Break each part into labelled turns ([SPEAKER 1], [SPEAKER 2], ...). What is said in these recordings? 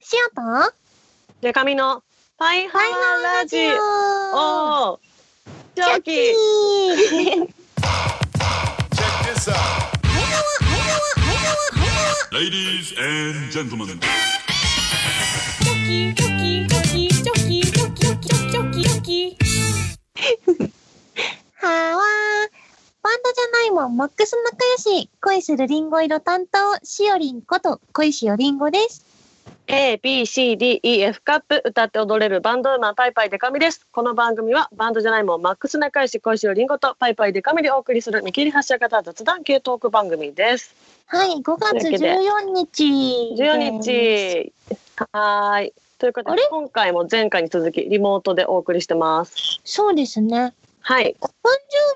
[SPEAKER 1] シアと
[SPEAKER 2] デカミのパイハワラジ
[SPEAKER 1] オ
[SPEAKER 2] オ
[SPEAKER 1] チョ
[SPEAKER 2] 長
[SPEAKER 1] キ
[SPEAKER 2] 期
[SPEAKER 1] ー
[SPEAKER 3] Check this out. Ladies and gentlemen.
[SPEAKER 1] はーわーバンドじゃないもん、マックス仲良し、恋するリンゴ色担当、しおりんこと、恋しおりんごです。
[SPEAKER 2] A B C D E F カップ歌って踊れるバンドウーマンパイパイデカミです。この番組はバンドじゃないもんマックス仲良し恋しおりんごとパイパイデカミでお送りする見切り発車型雑談系トーク番組です。
[SPEAKER 1] はい、5月
[SPEAKER 2] という
[SPEAKER 1] 14日。
[SPEAKER 2] 14。日はーい。ということ
[SPEAKER 1] あ
[SPEAKER 2] で
[SPEAKER 1] れ
[SPEAKER 2] 今回も前回に続きリモートでお送りしてます。
[SPEAKER 1] そうですね。
[SPEAKER 2] はい。
[SPEAKER 1] お誕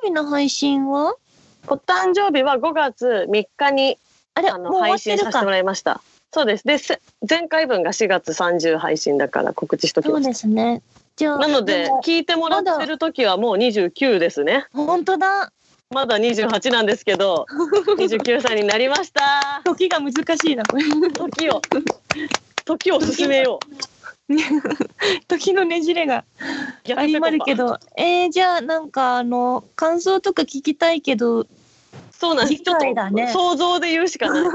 [SPEAKER 1] 生日の配信は
[SPEAKER 2] お誕生日は5月3日に
[SPEAKER 1] あれ、
[SPEAKER 2] あ
[SPEAKER 1] もう
[SPEAKER 2] の
[SPEAKER 1] 終わ
[SPEAKER 2] 配
[SPEAKER 1] って
[SPEAKER 2] 信
[SPEAKER 1] る
[SPEAKER 2] させても
[SPEAKER 1] か。
[SPEAKER 2] らいました。そうです。です前回分が4月30配信だから告知しとき
[SPEAKER 1] そ
[SPEAKER 2] ま
[SPEAKER 1] う
[SPEAKER 2] し
[SPEAKER 1] ですね。じゃ
[SPEAKER 2] た。
[SPEAKER 1] あ、
[SPEAKER 2] なので
[SPEAKER 1] も
[SPEAKER 2] 聞いてもらってる時はもう29ですね。
[SPEAKER 1] 本当だ。
[SPEAKER 2] まだ28なんですけ ど、29歳になりました。
[SPEAKER 1] 時が難しいな、これ。
[SPEAKER 2] 時を時を進めよ う。
[SPEAKER 1] 時のねじれが
[SPEAKER 2] 逆
[SPEAKER 1] あり
[SPEAKER 2] ペコパ
[SPEAKER 1] まるけ。ど、えー、じゃあなんかあの感想とか聞きたいけど
[SPEAKER 2] そうなんです。ちょっ
[SPEAKER 1] 次回だね
[SPEAKER 2] と想像で言うしかない。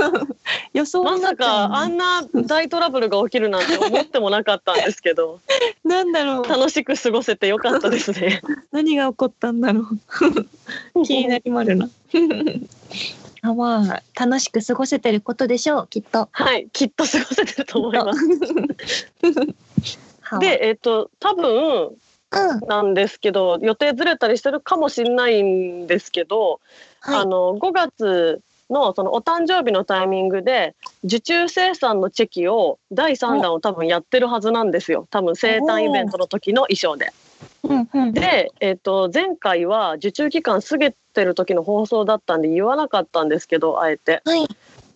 [SPEAKER 1] 予想
[SPEAKER 2] ま
[SPEAKER 1] にな
[SPEAKER 2] さ
[SPEAKER 1] っちゃう
[SPEAKER 2] かあ
[SPEAKER 1] ね
[SPEAKER 2] んな大トラブルが起きるなんて思ってもなかったんですけ ど、
[SPEAKER 1] なんだろう
[SPEAKER 2] 楽しく過ごせてよかったです ね。
[SPEAKER 1] 何が起こったんだろう気になりまるな あまあ楽しく過ごせてることでしょうきっと
[SPEAKER 2] はい、きっと過ごせてると思います。
[SPEAKER 1] は
[SPEAKER 2] で、えっと、多分
[SPEAKER 1] うん
[SPEAKER 2] なんですけど予定ずれたりしてるかもしれないんですけど、
[SPEAKER 1] は
[SPEAKER 2] あ
[SPEAKER 1] い
[SPEAKER 2] の5月のそのお誕生日のタイミングで受注生産のチェキを第3弾を多分やってるはずなんですよ多分生誕イベントの時の衣装で。
[SPEAKER 1] うんうん
[SPEAKER 2] で、えっと、前回は受注期間過ぎてる時の放送だったんで言わなかったんですけどあえて。
[SPEAKER 1] はい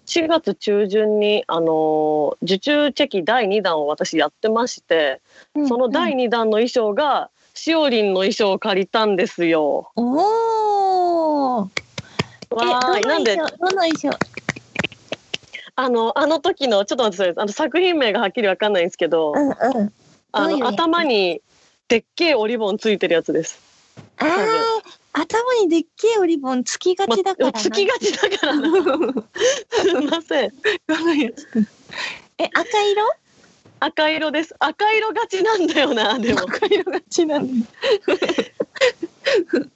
[SPEAKER 2] 4月中旬に、あの受注チェキ第2弾を私やってまして、その第
[SPEAKER 1] うん
[SPEAKER 2] 2弾の衣装が、しおりんの衣装を借りたんですよ。
[SPEAKER 1] おーえ
[SPEAKER 2] わーい。
[SPEAKER 1] ど
[SPEAKER 2] なん
[SPEAKER 1] の
[SPEAKER 2] で
[SPEAKER 1] 衣、装どの衣装
[SPEAKER 2] あの、あの時の、ちょっと待ってください。あの、作品名がはっきりわかんないんですけど、
[SPEAKER 1] うんうん
[SPEAKER 2] あ
[SPEAKER 1] どういう
[SPEAKER 2] の、
[SPEAKER 1] やつ
[SPEAKER 2] 頭に、でっけえおリボンついてるやつです。
[SPEAKER 1] あー頭にでっけえオリボンつきが
[SPEAKER 2] ま
[SPEAKER 1] ちだからな
[SPEAKER 2] つきがちだからな。すいません。
[SPEAKER 1] え赤色
[SPEAKER 2] 赤色です。赤色がちなんだよな、でも。
[SPEAKER 1] 赤色がちなんだ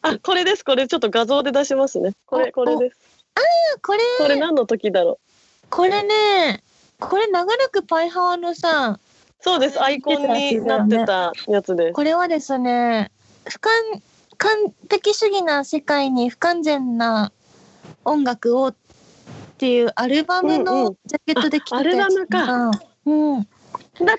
[SPEAKER 2] あ、これです。これ、ちょっと画像で出しますね。これ、これです。
[SPEAKER 1] これ
[SPEAKER 2] これ何の時だろう。
[SPEAKER 1] これねこれ長らくパイハワのさ
[SPEAKER 2] そうです。アイコンになってたやつです。
[SPEAKER 1] これはですね不完完璧主義な世界に不完全な音楽をっていうアルバム
[SPEAKER 2] うんう
[SPEAKER 1] の
[SPEAKER 2] ん
[SPEAKER 1] ジャケットで着てたやつ
[SPEAKER 2] あアルバ
[SPEAKER 1] かうん
[SPEAKER 2] なんかあんま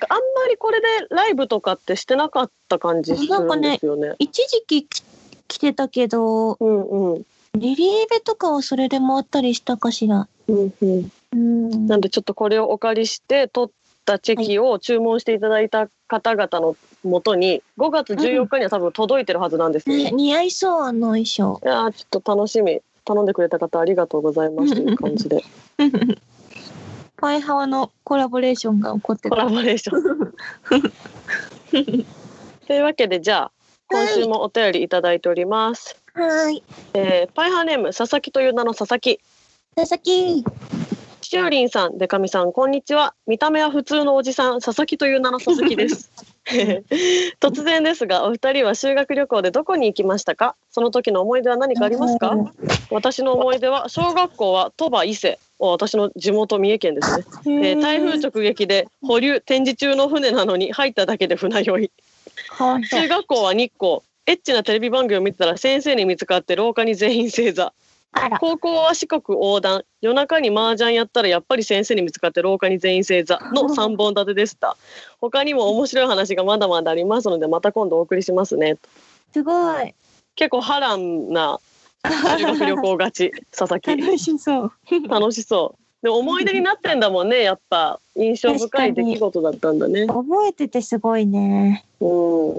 [SPEAKER 2] りこれでライブとかってしてなかった感じするんですよね。
[SPEAKER 1] 一時期き着てたけど
[SPEAKER 2] うんうん
[SPEAKER 1] リリーベとかはそれで回ったりしたかしら
[SPEAKER 2] うんうん。
[SPEAKER 1] うん
[SPEAKER 2] なんでちょっとこれをお借りして取ったチェキを注文していただいた方々のもとに5月14日には多分届いてるはずなんですよ。
[SPEAKER 1] ね
[SPEAKER 2] い
[SPEAKER 1] 似合いそうあの衣装
[SPEAKER 2] やーちょっと楽しみ。頼んでくれた方ありがとうございますという感じで
[SPEAKER 1] パイハワのコラボレーションが起こって
[SPEAKER 2] コ
[SPEAKER 1] た
[SPEAKER 2] ラボレーション。 というわけでじゃあ今週もお便りいただいております。
[SPEAKER 1] はーい
[SPEAKER 2] えーパイハーネーム佐々木という名の佐々木。
[SPEAKER 1] 佐々木
[SPEAKER 2] しおりんさん、でかみさん、こんにちは。見た目は普通のおじさん、佐々木という名の佐々木です。 突然ですが、お二人は修学旅行でどこに行きましたかその時の思い出は何かありますか
[SPEAKER 1] う
[SPEAKER 2] 私の思い出は、小学校は鳥羽伊勢。お私の地元三重県ですね、えー台風直撃で保留展示中の船なのに入っただけで船酔い
[SPEAKER 1] はい
[SPEAKER 2] 中学校は日光エッチなテレビ番組を見てたら先生に見つかって廊下に全員正座
[SPEAKER 1] あら
[SPEAKER 2] 高校は四国横断夜中に麻雀やったらやっぱり先生に見つかって廊下に全員正座の3本立てでした他にも面白い話がまだまだありますのでまた今度お送りしますね
[SPEAKER 1] すごい
[SPEAKER 2] 結構波乱な修学旅行がち佐 々木
[SPEAKER 1] 楽しそう
[SPEAKER 2] 楽しそうでも思い出になってんだもんねやっぱ印象深い出来事だったんだね
[SPEAKER 1] 覚えててすごいね
[SPEAKER 2] うん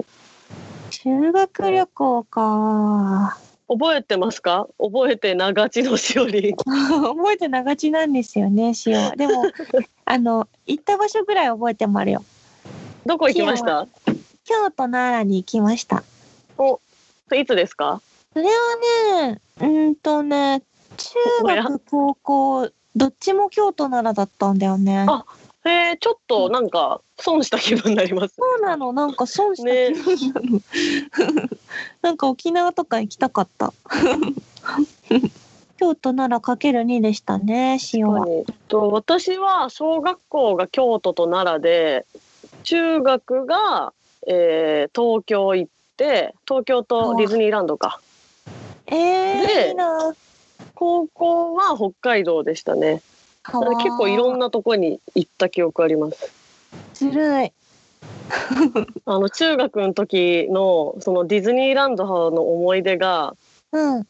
[SPEAKER 1] 修学旅行か
[SPEAKER 2] 覚えてますか覚えてながちのしおりん。
[SPEAKER 1] 覚えてながちなんですよね、しお。 でも、あの、行った場所ぐらい覚えてもあるよ。
[SPEAKER 2] どこ行きました
[SPEAKER 1] 京都奈良に行きました。
[SPEAKER 2] お、いつですか
[SPEAKER 1] それはね、うーんとね、中学、高校、どっちも京都奈良だったんだよね。
[SPEAKER 2] あえー、ちょっとなんか損した気分になります。
[SPEAKER 1] そうなの、なんか損した気分なの。なんか沖縄とか行きたか った。京都奈良かける2でしたね、塩は。
[SPEAKER 2] えっと私は小学校が京都と奈良で中学が、えー東京行って東京とディズニーランドか
[SPEAKER 1] えー、
[SPEAKER 2] で
[SPEAKER 1] いいな。
[SPEAKER 2] 高校は北海道でしたね
[SPEAKER 1] か
[SPEAKER 2] だから結構いろん
[SPEAKER 1] な。
[SPEAKER 2] なとこに行った記憶あります
[SPEAKER 1] ずるい。
[SPEAKER 2] あの中学の時のそのディズニーランドの思い出が
[SPEAKER 1] うん。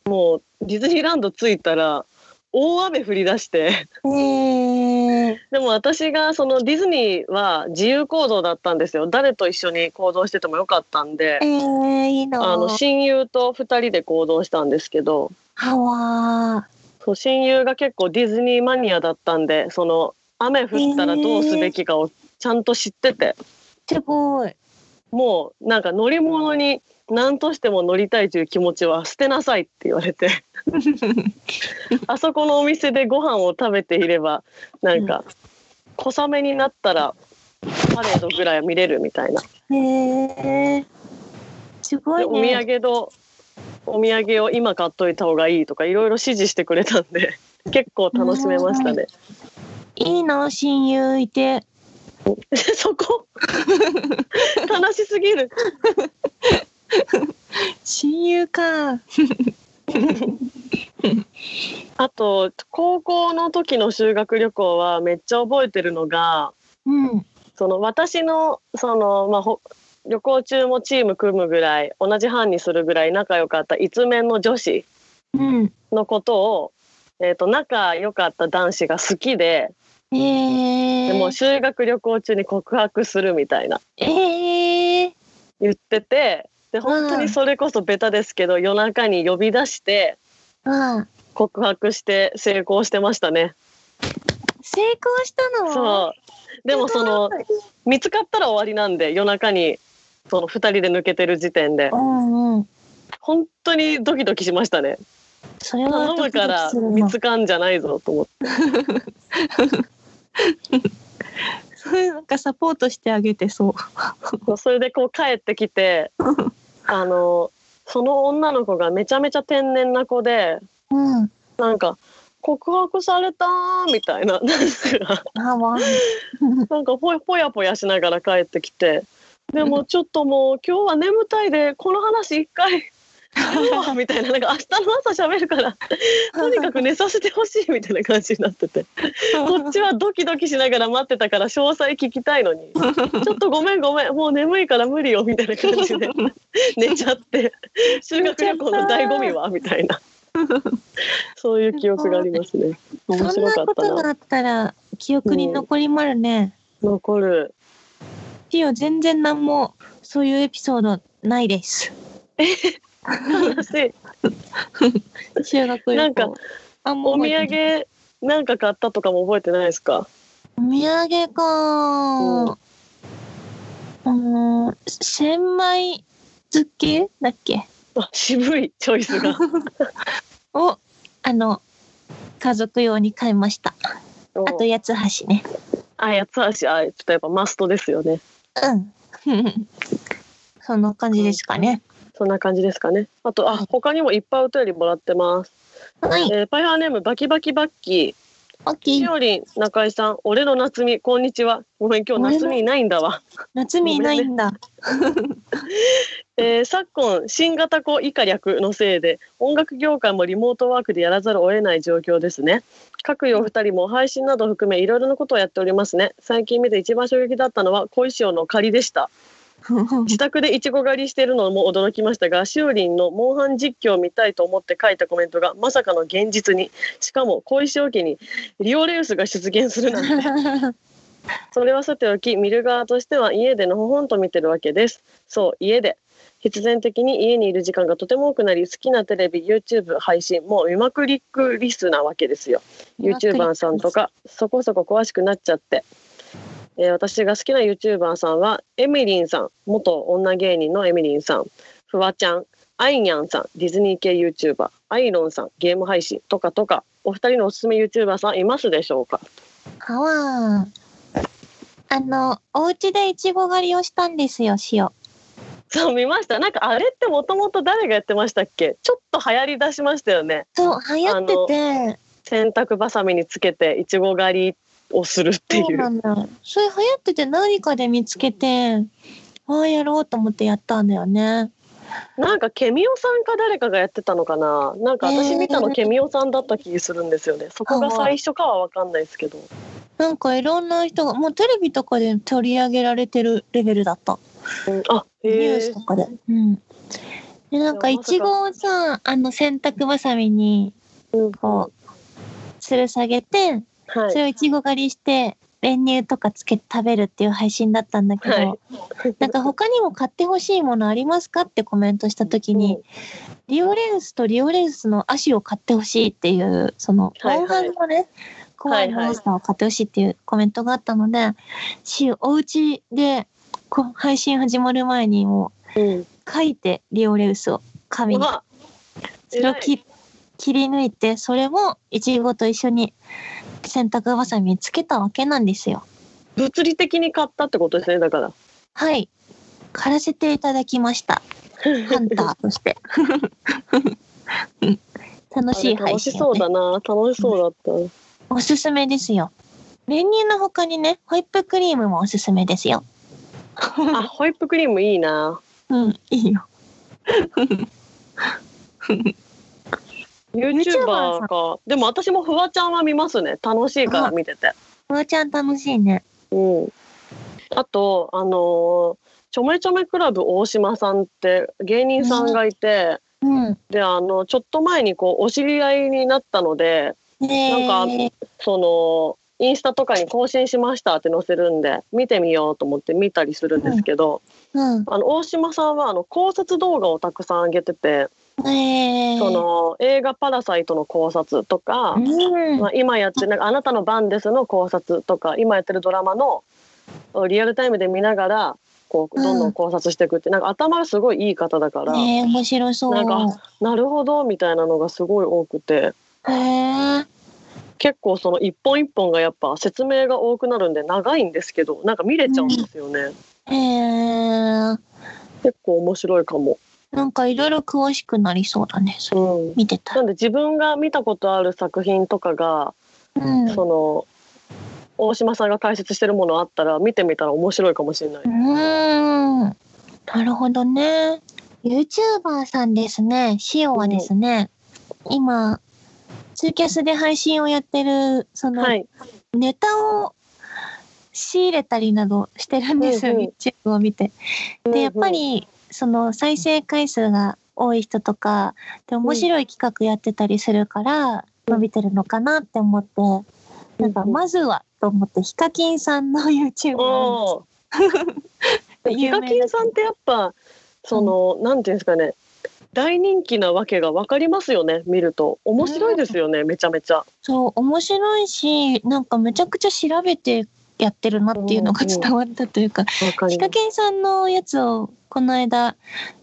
[SPEAKER 2] ディズニーランド着いたら大雨降り出して
[SPEAKER 1] え ー、
[SPEAKER 2] でも私がそのディズニーは自由行動だったんですよ誰と一緒に行動しててもよかったんで
[SPEAKER 1] えー、いいな。
[SPEAKER 2] あの親友と2人で行動したんですけど
[SPEAKER 1] はわ
[SPEAKER 2] そう親友が結構ディズニーマニアだったんでその雨降ったらどうすべきかをちゃんと知ってて、
[SPEAKER 1] ー。すごい。
[SPEAKER 2] もうなんか乗り物に何としても乗りたいという気持ちは捨てなさいって言われてあそこのお店でご飯を食べていればなんか小雨になったらパレードぐらいは見れるみたいな。
[SPEAKER 1] えー。すご
[SPEAKER 2] で
[SPEAKER 1] い
[SPEAKER 2] お土
[SPEAKER 1] ね。
[SPEAKER 2] 産とお土産を今買っといた方がいいとかいろいろ指示してくれたんで 結構楽しめましたね。
[SPEAKER 1] いいな、親友いて。
[SPEAKER 2] そこ悲しすぎる。
[SPEAKER 1] 親友か。
[SPEAKER 2] あと高校の時の修学旅行はめっちゃ覚えてるのが
[SPEAKER 1] うん。
[SPEAKER 2] その私のその、まあ、ほ旅行中もチーム組むぐらい同じ班にするぐらい仲良かった一面の女子
[SPEAKER 1] うん。
[SPEAKER 2] のことを、えー、と仲良かった男子が好きで
[SPEAKER 1] えー。
[SPEAKER 2] でもう修学旅行中に告白するみたいな。
[SPEAKER 1] ええ
[SPEAKER 2] 言っててで本当にそれこそベタですけど、夜中に呼び出して
[SPEAKER 1] うん。
[SPEAKER 2] 告白して成功してましたね。
[SPEAKER 1] 成功したの
[SPEAKER 2] そうでもその見つかったら終わりなんで夜中にその2人で抜けてる時点で
[SPEAKER 1] うんうん。
[SPEAKER 2] 本当にドキドキしましたね
[SPEAKER 1] それは
[SPEAKER 2] 頼
[SPEAKER 1] ド
[SPEAKER 2] む
[SPEAKER 1] キド
[SPEAKER 2] か
[SPEAKER 1] キ
[SPEAKER 2] ら
[SPEAKER 1] する
[SPEAKER 2] 見
[SPEAKER 1] な。
[SPEAKER 2] つかんじゃないぞと思って
[SPEAKER 1] なんかサポートしてあげて そう。
[SPEAKER 2] そうそれでこう帰ってきてあのその女の子がめちゃめちゃ天然な子で
[SPEAKER 1] うん。
[SPEAKER 2] なんか告白されたーみたいななんか
[SPEAKER 1] あわ。
[SPEAKER 2] なんかぽぽやぽやしながら帰ってきてでもちょっともう今日は眠たいでこの話一 回やろうみたいななんか明日の朝喋るからとにかく寝させてほしいみたいな感じになっ ててこっちはドキドキしながら待ってたから詳細聞きたいの にちょっとごめんごめんもう眠いから無理よみたいな感 じで寝ちゃって修学旅行の醍醐味はみ たいなそういう記憶がありますね面
[SPEAKER 1] そん
[SPEAKER 2] 白
[SPEAKER 1] な
[SPEAKER 2] かっ
[SPEAKER 1] こ
[SPEAKER 2] た
[SPEAKER 1] と
[SPEAKER 2] な
[SPEAKER 1] があったら記憶に残りまるね。
[SPEAKER 2] 残る
[SPEAKER 1] ピオ全然何もそういうエピソードないです。
[SPEAKER 2] 悲しい
[SPEAKER 1] 修学旅行。
[SPEAKER 2] なんか
[SPEAKER 1] あんま
[SPEAKER 2] お
[SPEAKER 1] 覚
[SPEAKER 2] 土
[SPEAKER 1] えてない
[SPEAKER 2] 産なんか買ったとかも覚えてないですか
[SPEAKER 1] お土産か。うん。千枚漬けだっけ？
[SPEAKER 2] あ渋いチョイスが
[SPEAKER 1] をあの家族用に買いました。あと
[SPEAKER 2] うん
[SPEAKER 1] 八つ橋ね。
[SPEAKER 2] あ八つ橋あちょっとやっぱマストですよね
[SPEAKER 1] うん。そんな感じですかね。
[SPEAKER 2] そんな感じですかねあとあ他にもいっぱいお便りもらってます、
[SPEAKER 1] はい。
[SPEAKER 2] えーパイハーネームバキバキバッキ
[SPEAKER 1] オッ
[SPEAKER 2] ー
[SPEAKER 1] ケ
[SPEAKER 2] し
[SPEAKER 1] ー。
[SPEAKER 2] おりん中井さん俺の夏美こんにちはごめん今日夏美いないんだわ、
[SPEAKER 1] 夏美いないん だ。
[SPEAKER 2] えー昨今新型子以下略のせいで音楽業界もリモートワークでやらざるを得ない状況ですね各位お二人も配信など含めいろいろなことをやっておりますね最近見て一番衝撃だったのは小石尾の借りでした自宅でイチゴ狩りしてるのも驚きましたがしおりんのモンハン実況を見たいと思って書いたコメントがまさかの現実にしかも小石尾家にリオレウスが出現するなんてそれはさておき見る側としては家でのほほんと見てるわけですそう家で必然的に家にいる時間がとても多くなり好きなテレビ YouTube 配信もう見まくりっくりすなわけですよ
[SPEAKER 1] 見まくりっくり
[SPEAKER 2] YouTuber さんとかそこそこ詳しくなっちゃって、えー私が好きな YouTuber さんはエミリンさん元女芸人のエミリンさんフワちゃんアイニャンさんディズニー系 YouTuber アイロンさんゲーム配信とかとかお二人のおすすめ YouTuber さんいますでしょうか
[SPEAKER 1] あわーあの、お家でイチゴ狩りをしたんですよ、しお。
[SPEAKER 2] そう見ましたなんかあれってもともと誰がやってましたっけちょっと流行りだしましたよね
[SPEAKER 1] そう、流行ってて、
[SPEAKER 2] 洗濯バサミにつけていちご狩りをするってい
[SPEAKER 1] そうな
[SPEAKER 2] うん
[SPEAKER 1] だ。それ流行ってて何かで見つけて、ああやろうと思ってやったんだよね。
[SPEAKER 2] なんかケミオさんか誰かがやってたのかななんか私見たの
[SPEAKER 1] ねえ
[SPEAKER 2] ケミオさんだった気するんですよねそこが最初かは分かんないですけど
[SPEAKER 1] なんかいろんな人が、もうテレビとかで取り上げられてるレベルだった。
[SPEAKER 2] うんあ
[SPEAKER 1] ニュー
[SPEAKER 2] へえ
[SPEAKER 1] スとかで。うん。で、なんかいちごをさ、あの洗濯バサミに、
[SPEAKER 2] うん
[SPEAKER 1] こう、吊る下げて、
[SPEAKER 2] は
[SPEAKER 1] それ
[SPEAKER 2] い
[SPEAKER 1] をいちご狩りして練乳とかつけて食べるっていう配信だったんだけど、
[SPEAKER 2] はい
[SPEAKER 1] なんか他にも買ってほしいものありますかってコメントした時に、リオレウスとリオレウスの足を買ってほしいっていうその
[SPEAKER 2] はい
[SPEAKER 1] モ
[SPEAKER 2] はい
[SPEAKER 1] ンハンのね怖いモンスターを買ってほしいっていうコメントがあったので、しお家でこう配信始まる前にも
[SPEAKER 2] うんうん
[SPEAKER 1] う書いてリオレウスを紙
[SPEAKER 2] う
[SPEAKER 1] に
[SPEAKER 2] わ
[SPEAKER 1] それを
[SPEAKER 2] 偉
[SPEAKER 1] き切り抜いてそれもいちごと一緒に洗濯ばさみにつけたわけなんですよ。
[SPEAKER 2] 物理的に買ったってことですねだから
[SPEAKER 1] はい。狩らせていただきま した。ハンターとして。うん楽しい
[SPEAKER 2] あれ
[SPEAKER 1] 配
[SPEAKER 2] 楽し
[SPEAKER 1] 信、ね。
[SPEAKER 2] そうだな楽しそうだった、
[SPEAKER 1] おすすめですよ。練乳の他にね、ホイップクリームもおすすめですよ。
[SPEAKER 2] あホイップクリームいいな
[SPEAKER 1] うん、いいよ。YouTuber さ
[SPEAKER 2] YouTuber
[SPEAKER 1] ん
[SPEAKER 2] かでも私もフワちゃんは見ますね楽しいから見てて
[SPEAKER 1] ふわちゃん楽しいね。
[SPEAKER 2] うんあとあのーちょめちょめクラブ大島さんって芸人さんがいて、
[SPEAKER 1] うん。
[SPEAKER 2] であのちょっと前にこうお知り合いになったので
[SPEAKER 1] ね
[SPEAKER 2] なん
[SPEAKER 1] え。
[SPEAKER 2] そのインスタとかに更新しましたって載せるんで見てみようと思って見たりするんですけど、
[SPEAKER 1] うん。
[SPEAKER 2] あの大島さんはあの考察動画をたくさん上げてて、
[SPEAKER 1] ねえ。
[SPEAKER 2] その映画「パラサイト」の考察とか、
[SPEAKER 1] うん。
[SPEAKER 2] まあ、今やってなんかあなたの番ですの考察とか今やってるドラマのリアルタイムで見ながらこう
[SPEAKER 1] うん
[SPEAKER 2] どんどん考察していくって、なんか頭がすごいいい方だから、
[SPEAKER 1] ねえ、面白そう。
[SPEAKER 2] なんなるほどみたいなのがすごい多くて
[SPEAKER 1] へえ。
[SPEAKER 2] 結構その一本一本がやっぱ説明が多くなるんで長いんですけどなんか見れちゃうんですよね、
[SPEAKER 1] へえ。
[SPEAKER 2] 結構面白いかも。
[SPEAKER 1] なんかいろいろ詳しくなりそうだね。それ
[SPEAKER 2] うん
[SPEAKER 1] 見てた
[SPEAKER 2] な
[SPEAKER 1] ら。
[SPEAKER 2] んで自分が見たことある作品とかが、
[SPEAKER 1] うん。。
[SPEAKER 2] その大島さんが解説してるものあったら見てみたら面白いかもしれないう
[SPEAKER 1] ーん。なるほどね。YouTuber さんですね。シオはですね、今、ツイキャスで配信をやってる、その、
[SPEAKER 2] はい、
[SPEAKER 1] ネタを仕入れたりなどしてるんですよ、
[SPEAKER 2] うんうん
[SPEAKER 1] YouTube を見て。で、やっぱ
[SPEAKER 2] うんうん
[SPEAKER 1] り、その、再生回数が多い人とか、で、面白い企画やってたりするから、伸びてるのかなって思って、なんか、まずは、と思って、ヒカキンさんの YouTube を
[SPEAKER 2] おーヒカキンさんってやっぱその、なんていうんですかね大人気なわけが分かりますよね見ると面白いですよね、めちゃめちゃ
[SPEAKER 1] そう面白いしなんかめちゃくちゃ調べてやってるなっていうのが
[SPEAKER 2] うんうん
[SPEAKER 1] 伝わったというか
[SPEAKER 2] 分か
[SPEAKER 1] ヒ
[SPEAKER 2] りま
[SPEAKER 1] カキンさんのやつをこの間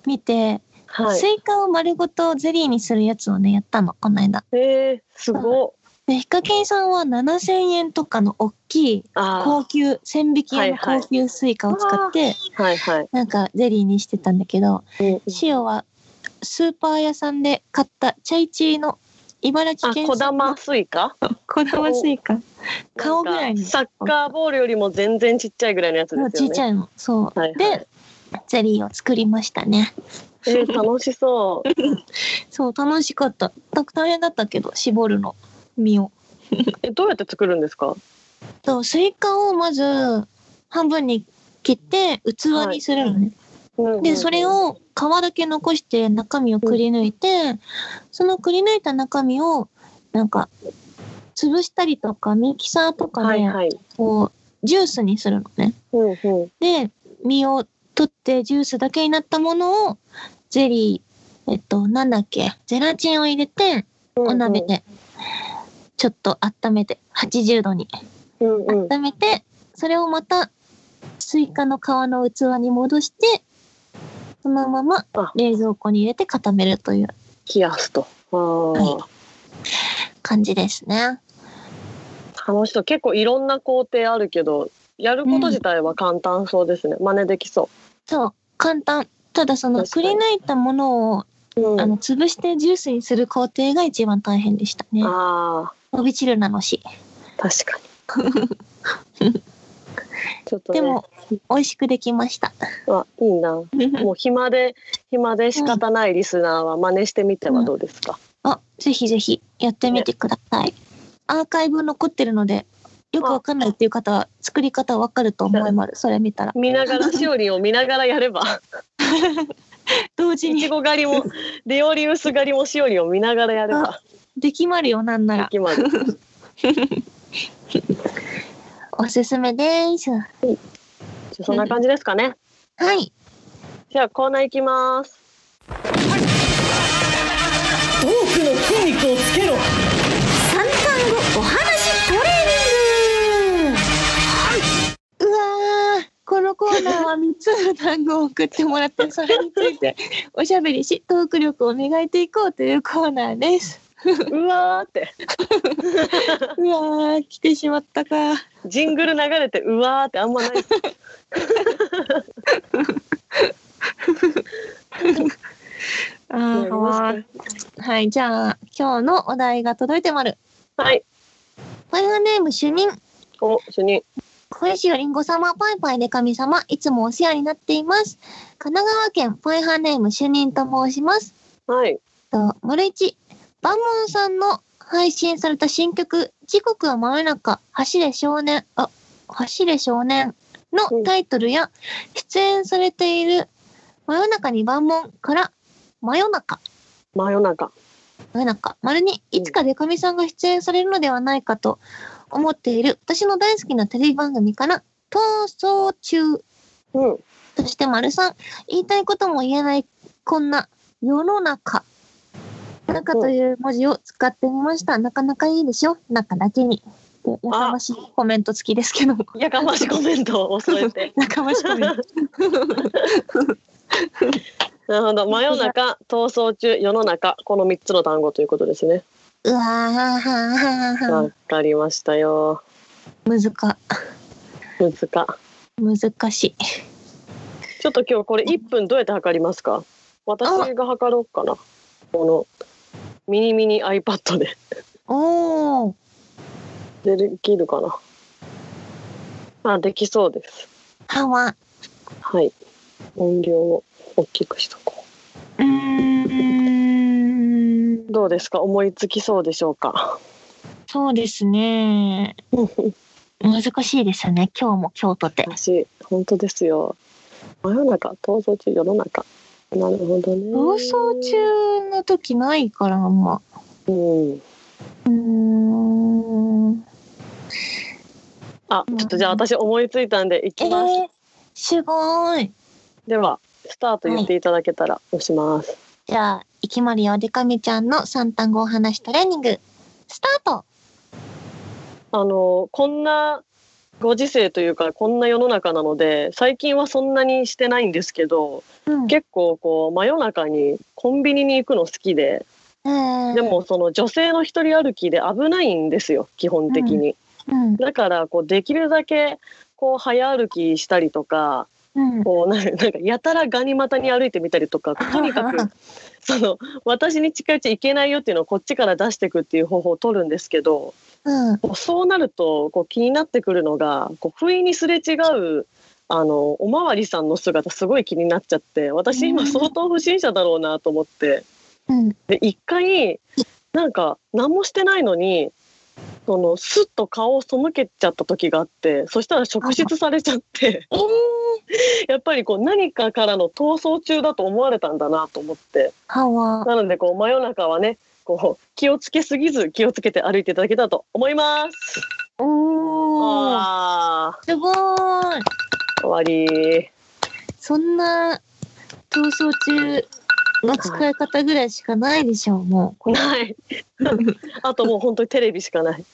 [SPEAKER 1] 見て、
[SPEAKER 2] すはい
[SPEAKER 1] スイカを丸ごとゼリーにするやつをねやったのこの間
[SPEAKER 2] えー、すごっ
[SPEAKER 1] でヒカキンさんは7000円とかの大きい
[SPEAKER 2] あ
[SPEAKER 1] 高級千匹用の
[SPEAKER 2] はいはい
[SPEAKER 1] 高級スイカを使って、
[SPEAKER 2] ーはいはい、
[SPEAKER 1] なんかゼリーにしてたんだけど
[SPEAKER 2] うん
[SPEAKER 1] 塩はスーパー屋さんで買ったチャイチーの茨城
[SPEAKER 2] あ
[SPEAKER 1] 県
[SPEAKER 2] 小
[SPEAKER 1] 産の
[SPEAKER 2] 玉スイカ
[SPEAKER 1] 小玉スイカ顔ぐらいに
[SPEAKER 2] なんかサッカーボールよりも全然ちっちゃいぐらいのやつ
[SPEAKER 1] もう
[SPEAKER 2] ですよ
[SPEAKER 1] ちっ
[SPEAKER 2] ね
[SPEAKER 1] ちゃいの。そう。
[SPEAKER 2] はいはい
[SPEAKER 1] で、ゼリーを作りましたね。
[SPEAKER 2] えー、楽しそう
[SPEAKER 1] そう、楽しかった。た大変だったけど、絞るの。身を。
[SPEAKER 2] えどうやって作るんですか
[SPEAKER 1] と、スイカをまず、半分に切って、器にするのね。で、それ、を皮だけ残して、中身をくり抜いて、そのくり抜いた中身を、なんか、潰したりとか、ミキサーと
[SPEAKER 2] うんうん
[SPEAKER 1] か
[SPEAKER 2] は
[SPEAKER 1] で、
[SPEAKER 2] いはい
[SPEAKER 1] こう、ジュースにするのね。
[SPEAKER 2] うんうん
[SPEAKER 1] で、実を取ってジュースだけになったものを、ゼリー、えっと、なんだっけ、ゼラチンを入れて、
[SPEAKER 2] うん
[SPEAKER 1] お鍋で、ちょっと温めて、80度に
[SPEAKER 2] うんうん
[SPEAKER 1] 温めて、それをまた、スイカの皮の器に戻して、そのまま
[SPEAKER 2] あ
[SPEAKER 1] 冷蔵庫に入れて固めるという
[SPEAKER 2] 冷やすとあー
[SPEAKER 1] は感じですね。
[SPEAKER 2] 楽しそう結構いろんな工程あるけどやること自体は簡単そうですね、真似できそ
[SPEAKER 1] そう、簡単。ただその、
[SPEAKER 2] 確か
[SPEAKER 1] く
[SPEAKER 2] に
[SPEAKER 1] り抜いたものを、
[SPEAKER 2] う、うん、
[SPEAKER 1] あの、潰してジュースにする工程が一番大変でしたね。
[SPEAKER 2] あ
[SPEAKER 1] 飛び散るなのし。
[SPEAKER 2] ー確かに ちょっと、ね、
[SPEAKER 1] でも、美味しくできました。
[SPEAKER 2] あいい なもう暇で暇で仕方ないリスナーは真似してみてはどうですか、
[SPEAKER 1] あ、ぜひぜひやってみてください。アーカイブ残ってるので、よくわかんないっていう方は、作り方わかると思います。それ見たら。
[SPEAKER 2] 見ながらしおりんを見ながらや れば
[SPEAKER 1] 同時
[SPEAKER 2] いち
[SPEAKER 1] に
[SPEAKER 2] ご狩り もレオリウス狩りもしおりんを見ながらやれば
[SPEAKER 1] できまるよ、なんなら。
[SPEAKER 2] 決まる
[SPEAKER 1] おすすめです。は
[SPEAKER 2] じゃあそんな感じですかね
[SPEAKER 1] い。
[SPEAKER 2] じゃあコーナー行きます
[SPEAKER 4] 多くの筋肉をつけろ
[SPEAKER 1] 三単語お話トレーニングうわーこのコーナーは3つの単語を送ってもら ってそれについておしゃべりしトーク力を磨いていこうというコーナーです
[SPEAKER 2] うわーって
[SPEAKER 1] うわー来てしまったか
[SPEAKER 2] ジングル流れてうわーってあんまない
[SPEAKER 1] あーはいじゃあ今日のお題が届いてまる
[SPEAKER 2] はい
[SPEAKER 1] ファイアネーム主任
[SPEAKER 2] お主任
[SPEAKER 1] 小石よりんご様、パイパイでかみ様、いつもお世話になっています。神奈川県パイハーネーム主任と申します。
[SPEAKER 2] はい
[SPEAKER 1] と、丸一、バンモンさんの配信された新曲、時刻は真夜中、走れ少年、あ、走れ少年のタイトルや、出演されている、真夜中にバンモンから、真夜中、
[SPEAKER 2] 真夜中
[SPEAKER 1] 真夜中、丸に、いつかデカミさんが出演されるのではないかと思っている、私の大好きなテレビ番組から、逃走中
[SPEAKER 2] うん
[SPEAKER 1] そして丸さん、言いたいことも言えない、こんな世の中。中という文字を使ってみました。なかなかいいでしょ中だけに。でやかましいコメント付きですけども。
[SPEAKER 2] やかましコメントを添えて
[SPEAKER 1] やかましいコメント。
[SPEAKER 2] なるほど真夜中逃走中世の中この3つの単語ということですね
[SPEAKER 1] うわー、
[SPEAKER 2] わかりましたよ
[SPEAKER 1] むずか、
[SPEAKER 2] むずか
[SPEAKER 1] 難しい。
[SPEAKER 2] ちょっと今日これ1分どうやって測りますか私が測ろうかなこのミニミニ iPad で
[SPEAKER 1] おー、
[SPEAKER 2] できるかなあできそうです
[SPEAKER 1] 歯は、
[SPEAKER 2] はい音量を大きくしとこ
[SPEAKER 1] うーん
[SPEAKER 2] う、どうですか思いつきそうでしょうか
[SPEAKER 1] そうですね。難しいですね。今日も今日とて。
[SPEAKER 2] 私本当ですよ真夜中逃走中世の中なるほどね
[SPEAKER 1] 放送中の時ないから、あんま。
[SPEAKER 2] うん
[SPEAKER 1] うーん
[SPEAKER 2] あちょっとじゃあ私思いついたんでい
[SPEAKER 1] え
[SPEAKER 2] きます、
[SPEAKER 1] ー、すごい。
[SPEAKER 2] ではスタート言っていただけたら押します、
[SPEAKER 1] じゃあ、いきまりよでかみちゃんの三単語お話トレーニング、スタート
[SPEAKER 2] あのこんなご時世というかこんな世の中なので最近はそんなにしてないんですけど
[SPEAKER 1] うん
[SPEAKER 2] 結構こう真夜中にコンビニに行くの好きで
[SPEAKER 1] うん
[SPEAKER 2] でもその女性の一人歩きで危ないんですよ基本的に。
[SPEAKER 1] うん。
[SPEAKER 2] だからこうできるだけこう早歩きしたりとか
[SPEAKER 1] うん。
[SPEAKER 2] こうななんかやたらガニ股に歩いてみたりとかとにかくその私に近いうち行けないよっていうのをこっちから出していくっていう方法を取るんですけど。
[SPEAKER 1] うん。
[SPEAKER 2] こうそうなるとこう気になってくるのがこう不意にすれ違うあのおまわりさんの姿すごい気になっちゃって私
[SPEAKER 1] う
[SPEAKER 2] 今
[SPEAKER 1] ん
[SPEAKER 2] 相当不審者だろうなと思って
[SPEAKER 1] うん。
[SPEAKER 2] で一回なんか何もしてないのにそのスッと顔を背けちゃった時があってそしたら職質されちゃって
[SPEAKER 1] えー、
[SPEAKER 2] やっぱりこう何かからの逃走中だと思われたんだなと思って
[SPEAKER 1] 歯は、
[SPEAKER 2] なのでこう真夜中はねこう気をつけすぎず気をつけて歩いていただけたらと思います。
[SPEAKER 1] おー
[SPEAKER 2] あ
[SPEAKER 1] すごーい
[SPEAKER 2] ー終わり。
[SPEAKER 1] そんな逃走中の使い方ぐらいしかないでしょう、も う。
[SPEAKER 2] ない。あともう本当にテレビしかない。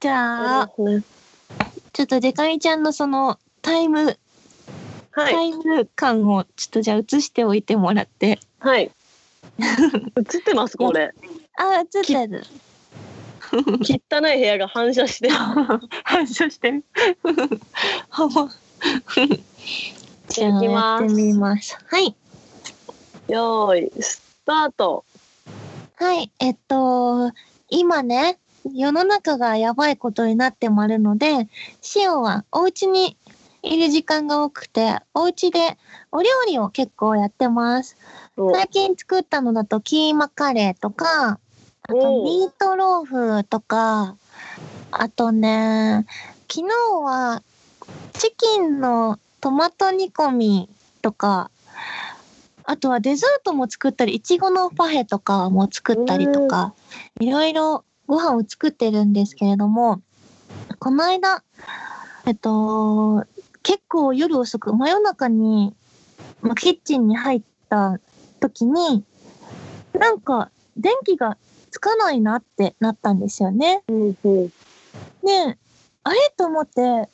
[SPEAKER 1] じゃあ、
[SPEAKER 2] ね
[SPEAKER 1] ちょっとでかみちゃんのそのタイム、
[SPEAKER 2] はい
[SPEAKER 1] タイム感をちょっとじゃあ映しておいてもらって。
[SPEAKER 2] はい。映ってますこれ。
[SPEAKER 1] あ、映ってる。
[SPEAKER 2] 汚い部屋が反 射して。
[SPEAKER 1] 反射してる。はま。じゃあ
[SPEAKER 2] いき
[SPEAKER 1] や
[SPEAKER 2] ま
[SPEAKER 1] っ
[SPEAKER 2] す
[SPEAKER 1] てみます。はい。
[SPEAKER 2] よーいスタート。
[SPEAKER 1] はい。えっと、今ね、世の中がやばいことになってもあるので、シオンはお家にいる時間が多くて、お家でお料理を結構やってます。
[SPEAKER 2] お
[SPEAKER 1] 最近作ったのだとキーマカレーとか、あと
[SPEAKER 2] おう
[SPEAKER 1] ミートローフとか、あとね、昨日はチキンのトマト煮込みとか、あとはデザートも作ったり、いちごのパフェとかも作ったりとか、いろいろご飯を作ってるんですけれども、この間、えっと、結構夜遅く、真夜中に、まあキッチンに入った時に、なんか電気がつかないなってなったんですよね。
[SPEAKER 2] うんうん。
[SPEAKER 1] で、あれと思って、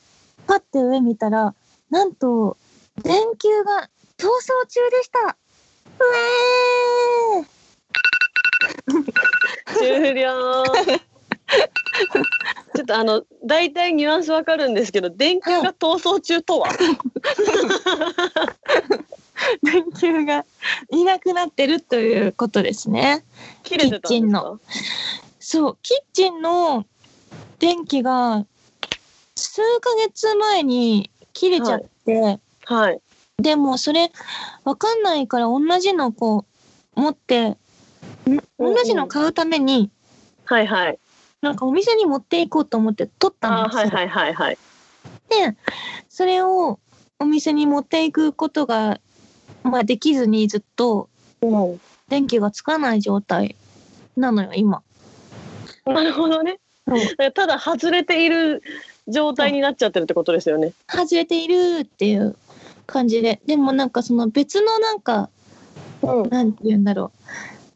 [SPEAKER 1] パッて上見たら、なんと、電球が逃走中でした。うえー
[SPEAKER 2] 終了。 ちょっとあの大体ニュアンスわかるんですけど電球が逃走中とは、
[SPEAKER 1] 電球がいなくなってるということですね。
[SPEAKER 2] 切れてたん
[SPEAKER 1] キッチ
[SPEAKER 2] で
[SPEAKER 1] ン
[SPEAKER 2] す
[SPEAKER 1] の
[SPEAKER 2] か
[SPEAKER 1] そう、キッチンの電気が数ヶ月前に切れちゃって、
[SPEAKER 2] はい
[SPEAKER 1] でもそれわかんないから同じのこう持って同じの買うために
[SPEAKER 2] はいはい
[SPEAKER 1] なんかお店に持っていこうと思って取った
[SPEAKER 2] あ
[SPEAKER 1] ん
[SPEAKER 2] ー
[SPEAKER 1] ですよ。
[SPEAKER 2] はいはいはいはい
[SPEAKER 1] でそれをお店に持っていくことが、まあ、できずにずっと
[SPEAKER 2] うん
[SPEAKER 1] 電気がつかない状態なのよ今。
[SPEAKER 2] なるほどね
[SPEAKER 1] そう
[SPEAKER 2] だからただ外れている状態になっちゃってるってことですよね
[SPEAKER 1] 外れているっていう感じででもなんかその別のなんか
[SPEAKER 2] うん
[SPEAKER 1] なんて言うんだろう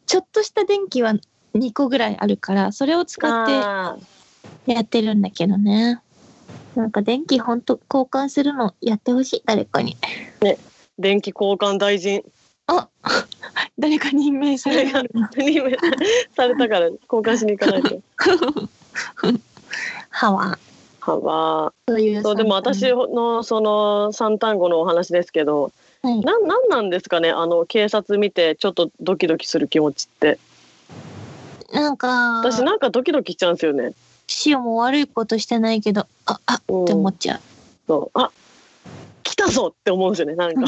[SPEAKER 1] ちょっとした電気は2個ぐらいあるからそれを使って。
[SPEAKER 2] あー
[SPEAKER 1] やってるんだけどね。なんか電気ほんと交換するのやってほしい、誰かに。
[SPEAKER 2] 電気交換大臣
[SPEAKER 1] あ誰か任命され る。
[SPEAKER 2] 任命 されたから交換しに行 かないと
[SPEAKER 1] はわ。
[SPEAKER 2] はばー
[SPEAKER 1] という。
[SPEAKER 2] そうでも私
[SPEAKER 1] は
[SPEAKER 2] のその三単語のお話ですけど
[SPEAKER 1] い、
[SPEAKER 2] なんなんなんですかねあの警察見てちょっとドキドキする気持ちって
[SPEAKER 1] なんか、
[SPEAKER 2] 私なんかドキドキしちゃうんですよね。
[SPEAKER 1] シオも悪いことしてないけど、あ、あっ
[SPEAKER 2] うん
[SPEAKER 1] て思っちゃう。
[SPEAKER 2] そうあ来たぞって思うんですよねな んか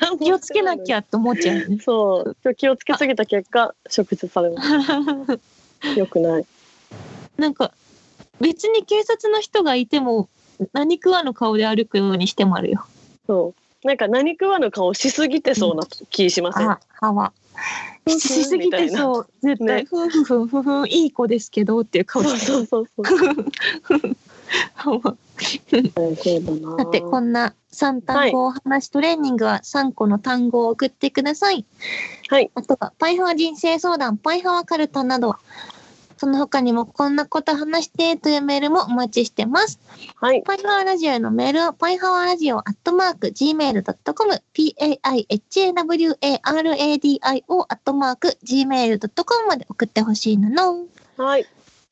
[SPEAKER 2] 何も
[SPEAKER 1] 気をつけなき
[SPEAKER 2] ゃ。
[SPEAKER 1] ゃって思っちゃうよね
[SPEAKER 2] そう今日気をつけすぎた結果職質されますよくない
[SPEAKER 1] なんか、別に警察の人がいても、何食わぬ顔で歩くようにしてもあるよ。
[SPEAKER 2] そうなんか何食わぬ顔しすぎてそうな気しません、
[SPEAKER 1] あ、はわ。
[SPEAKER 2] うん
[SPEAKER 1] しすぎてそう、絶対、
[SPEAKER 2] ね
[SPEAKER 1] ふんふんふんふんふん、いい子ですけどっていう
[SPEAKER 2] そ
[SPEAKER 1] 顔
[SPEAKER 2] う
[SPEAKER 1] して
[SPEAKER 2] そうそう そう
[SPEAKER 1] さ
[SPEAKER 2] 大丈夫だな
[SPEAKER 1] てこんな3単語を話すトレーニングは3個の単語を送ってください。
[SPEAKER 2] はい。
[SPEAKER 1] あとは、パイハワ人生相談、パイハワカルタなどは、その他にもこんなこと話してというメールもお待ちしてます。
[SPEAKER 2] はい
[SPEAKER 1] パイハワラジオへのメールは、パイハワラジオアットマーク gmail.com、paihawaradio アットマーク gmail.com まで送ってほしいなの。
[SPEAKER 2] はい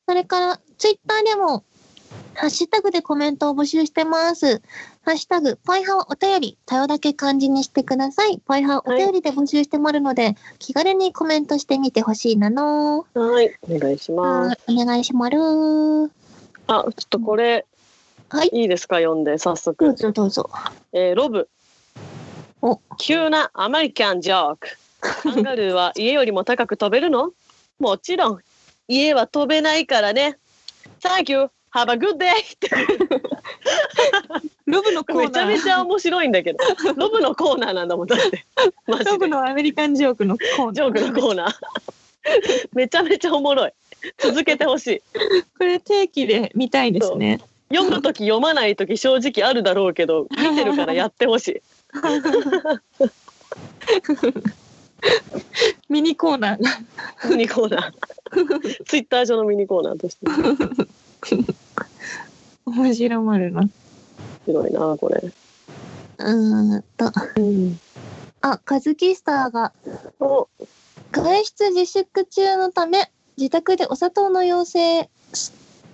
[SPEAKER 1] それから、ツイッターでも、ハッシュタグでコメントを募集してます。ハッシュタグ、パイハワお便り、たよだけ漢字にしてください。パイハワお便りで募集してもらうので、気軽にコメントしてみてほしいなの。
[SPEAKER 2] はいお願いします
[SPEAKER 1] はいお願いしまる。は
[SPEAKER 2] あちょっとこれ
[SPEAKER 1] い。
[SPEAKER 2] いいですか読んで
[SPEAKER 1] ど
[SPEAKER 2] 早
[SPEAKER 1] う
[SPEAKER 2] 速、
[SPEAKER 1] ぞどうぞ。
[SPEAKER 2] えーロブ
[SPEAKER 1] お
[SPEAKER 2] 急なアメリカンジョークカンガルーは家よりも高く飛べるのもちろん家は飛べないからね Thank you Have a good day って
[SPEAKER 1] ロブの
[SPEAKER 2] めちゃめちゃ面白いん だけどロブのコーナーなんだもんだってマジで
[SPEAKER 1] のアメリカンジョークのコー
[SPEAKER 2] ジョークのコーナーめちゃめちゃおもろい続けてほし
[SPEAKER 5] これ定期で見たいですね。
[SPEAKER 2] い読む時読まない時正直あるだろうけど見てるからやってほしい
[SPEAKER 5] ミニコーナーが。
[SPEAKER 2] ミニコーナ ーツイッター上のミニコーナーとして
[SPEAKER 5] 面白まるな。
[SPEAKER 2] 広いなこれ
[SPEAKER 1] うーんと。あ、カズキスターが、
[SPEAKER 2] お
[SPEAKER 1] 外出自粛中のため、自宅でお砂糖の養成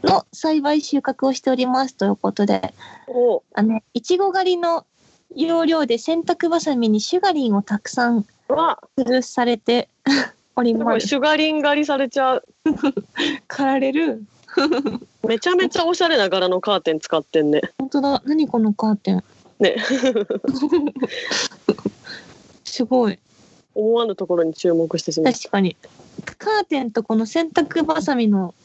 [SPEAKER 1] の栽培収穫をしておりますということで、
[SPEAKER 2] お
[SPEAKER 1] あの、いちご狩りの要領で洗濯ばさみにシュガリンをたくさん
[SPEAKER 2] わ
[SPEAKER 1] 吊るされており
[SPEAKER 2] すご
[SPEAKER 1] ま
[SPEAKER 2] い
[SPEAKER 1] す。
[SPEAKER 2] シュガリン狩りされちゃう
[SPEAKER 5] 駆られる。
[SPEAKER 2] めちゃめちゃおしゃれな柄のカーテン使ってんね
[SPEAKER 1] 本当だ。何このカーテン。
[SPEAKER 2] ね
[SPEAKER 5] すごい。
[SPEAKER 2] 思わぬところに注目してしまう
[SPEAKER 5] 確かに。
[SPEAKER 1] カーテンとこの洗濯ばさみの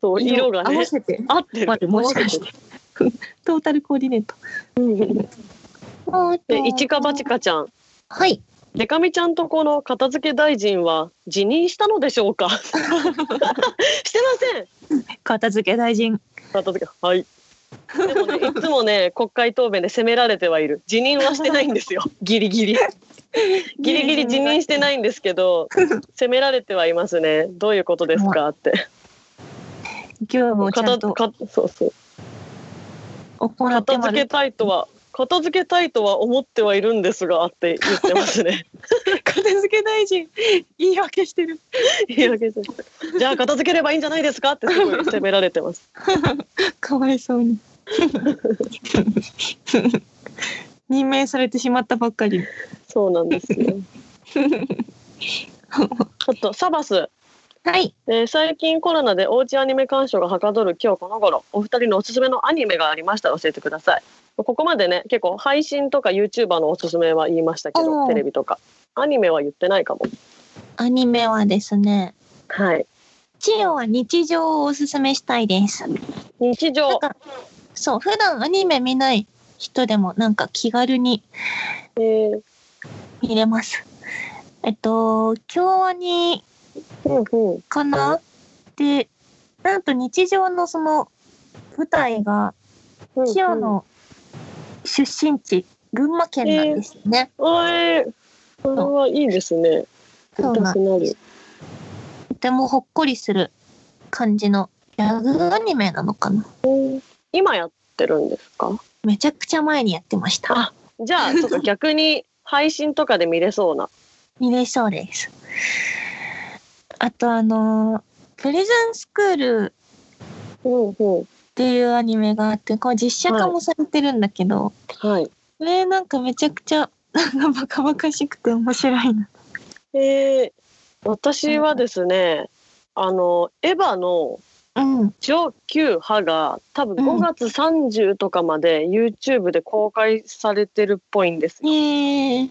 [SPEAKER 2] そう色が
[SPEAKER 1] 合わ
[SPEAKER 2] ね
[SPEAKER 1] せて、
[SPEAKER 2] 合って
[SPEAKER 5] ま
[SPEAKER 2] る
[SPEAKER 5] でもしかして。 トータルコーディネート。
[SPEAKER 2] でいちかばちかちゃん
[SPEAKER 1] はい。
[SPEAKER 2] でかみちゃんとこの片付け大臣は辞任したのでしょうか してません
[SPEAKER 5] 片付け大臣。
[SPEAKER 2] 片付けはいでもねいつも ね国会答弁で責められてはいる辞任はしてないんですよ ギリギリギリギリ辞任してないんですけ ど責められてはいますねどういうことですかって
[SPEAKER 5] 業務をちゃんと
[SPEAKER 2] 片そうそう
[SPEAKER 5] 行って
[SPEAKER 2] 片
[SPEAKER 5] ま
[SPEAKER 2] 付け
[SPEAKER 5] で。
[SPEAKER 2] たいとは片付けたいとは思ってはいるんですがって言ってます ね
[SPEAKER 5] 片付け大臣。言い訳してる。
[SPEAKER 2] 言い訳するじゃあ片付ければいいんじゃないですかってすごい責められてます
[SPEAKER 5] かわいそうに。任命されてしまったばっかり。
[SPEAKER 2] そうなんです よ。あとサバス、
[SPEAKER 1] はい。
[SPEAKER 2] えー最近コロナでおうちアニメ鑑賞がはかどる今日この頃お二人のおすすめのアニメがありましたら教えてくださいここまでね結構配信とか YouTuber のおすすめは言いましたけ
[SPEAKER 1] お
[SPEAKER 2] ど
[SPEAKER 1] ー
[SPEAKER 2] テレビとかアニメは言ってないかも
[SPEAKER 1] アニメはですね、
[SPEAKER 2] はい
[SPEAKER 1] チヨは日常をおすすめしたいです。
[SPEAKER 2] 日常
[SPEAKER 1] なんかそう、普段アニメ見ない人でもなんか気軽に
[SPEAKER 2] えー
[SPEAKER 1] 見れます。えっと、京アニ
[SPEAKER 2] うんうん
[SPEAKER 1] かなで、なんと日常のその舞台が、
[SPEAKER 2] うんうん
[SPEAKER 1] 千代の出身地、群馬県なんですよね。
[SPEAKER 2] おえーこれはいいですね
[SPEAKER 1] そうな
[SPEAKER 2] 私なる
[SPEAKER 1] とてもほっこりする感じのギャグアニメなのかな。
[SPEAKER 2] 今やってるんですか
[SPEAKER 1] めちゃくちゃ前にやってました。
[SPEAKER 2] じゃあちょっと逆に配信とかで見れそうな
[SPEAKER 1] 見れそうです。あとあのープレゼンスクール
[SPEAKER 2] うんうん
[SPEAKER 1] っていうアニメがあって、こう実写化もされてるんだけど、
[SPEAKER 2] はい
[SPEAKER 1] これなんかめちゃくちゃ、なんかバカバカしくて面白いな。
[SPEAKER 2] えー、私はですね、あのエヴァの
[SPEAKER 1] うん。
[SPEAKER 2] 上級派が多分
[SPEAKER 1] うん
[SPEAKER 2] 5月30とかまで YouTube で公開されてるっぽいんですよ。
[SPEAKER 1] えー。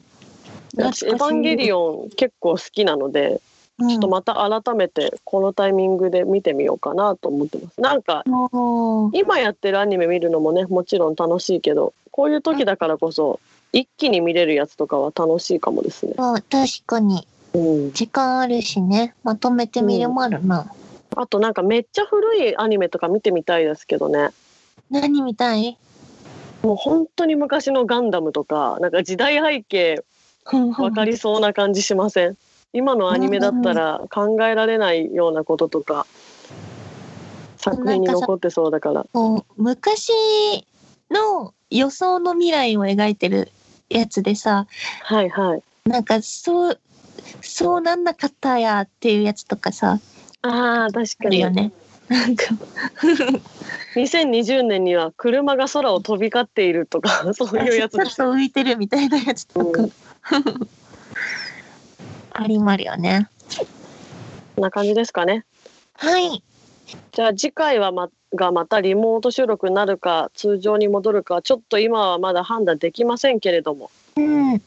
[SPEAKER 2] 私エヴァンゲリ
[SPEAKER 1] オ
[SPEAKER 2] オン結構好きなので、
[SPEAKER 1] ン、
[SPEAKER 2] ちょっとまた改めてこのタイミングで見てみようかなと思ってます。なんか
[SPEAKER 1] も
[SPEAKER 2] 今やってるアニメ見るのもね、もちろん楽しいけど、こういう時だからこそ一気に見れるやつとかは楽しいかもですね。
[SPEAKER 1] う、確かに、
[SPEAKER 2] うん、
[SPEAKER 1] 時間あるしね、まとめて見るもあるな。
[SPEAKER 2] あとなんかめっちゃ古いアニメとか見てみたいですけどね。
[SPEAKER 1] 何見たい
[SPEAKER 2] もう本当に昔のガンダムとか、なんか時代背景わかりそうな感じしません。今のアニメだったら考えられないようなこととか、作品に残ってそうだから。
[SPEAKER 1] こう昔の予想の未来を描いてるやつでさ、
[SPEAKER 2] はいはい。
[SPEAKER 1] なんかそう、そうなんなかったやっていうやつとかさ、
[SPEAKER 2] ああ、確
[SPEAKER 1] あ
[SPEAKER 2] か
[SPEAKER 1] る
[SPEAKER 2] に。
[SPEAKER 1] よね。なんか、
[SPEAKER 2] 2020年には車が空を飛び交っているとか、 そういうやつ
[SPEAKER 1] ちょっと浮いてるみたいなやつとか。ありまるよね。
[SPEAKER 2] こんな感じですかね。
[SPEAKER 1] はい。
[SPEAKER 2] じゃあ次回はまがまたリモート収録になるか、通常に戻るか、ちょっと今はまだ判断できませんけれども、
[SPEAKER 1] うん。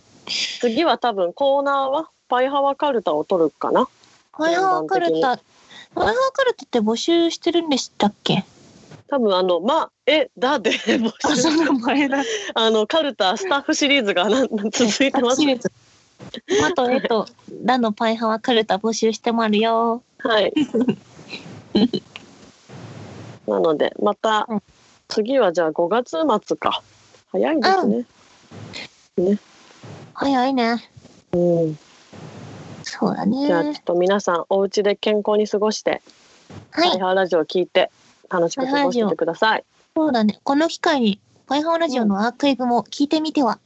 [SPEAKER 2] 次は多分コーナーはパイハワカルタを取るかな。
[SPEAKER 1] ワイハーカルタ、ワイハーカルタって募集してるんでしたっけ
[SPEAKER 2] 多分あの「ま」「え」「だ」で募
[SPEAKER 5] あ、そ
[SPEAKER 2] 集
[SPEAKER 5] の前だ。
[SPEAKER 2] あのカルタスタッフシリーズがなん続いてます。
[SPEAKER 1] マとエとラのパイハワカルタ募集してもあるよ。
[SPEAKER 2] はい。なのでまた
[SPEAKER 1] うん
[SPEAKER 2] 次はじゃあ5月末か早いですね。
[SPEAKER 1] 早いね。
[SPEAKER 2] うん、
[SPEAKER 1] そうだ
[SPEAKER 2] じゃあちょ
[SPEAKER 1] ね。
[SPEAKER 2] っと皆さんお家で健康に過ごして「
[SPEAKER 1] は
[SPEAKER 2] ハイ
[SPEAKER 1] い。
[SPEAKER 2] ハーラジオ」を聞いて楽しく過ごしててください。
[SPEAKER 1] そうだね。この機会に、パイハオラジオのアーカイブも聞いてみては、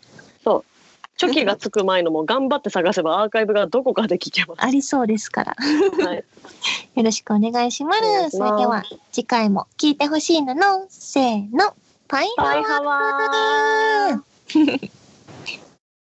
[SPEAKER 2] チョキがつく前のも頑張って探せばアーカイブがどこかで聞けま
[SPEAKER 1] ありそうですから。
[SPEAKER 2] す。はい、
[SPEAKER 1] よろしくお願いします。
[SPEAKER 2] お願いし
[SPEAKER 1] そ
[SPEAKER 2] ます
[SPEAKER 1] れでは、次回も 聞いてほしいなの、せーの、パイハ
[SPEAKER 2] バイ
[SPEAKER 1] ワ
[SPEAKER 2] ハワー
[SPEAKER 1] ー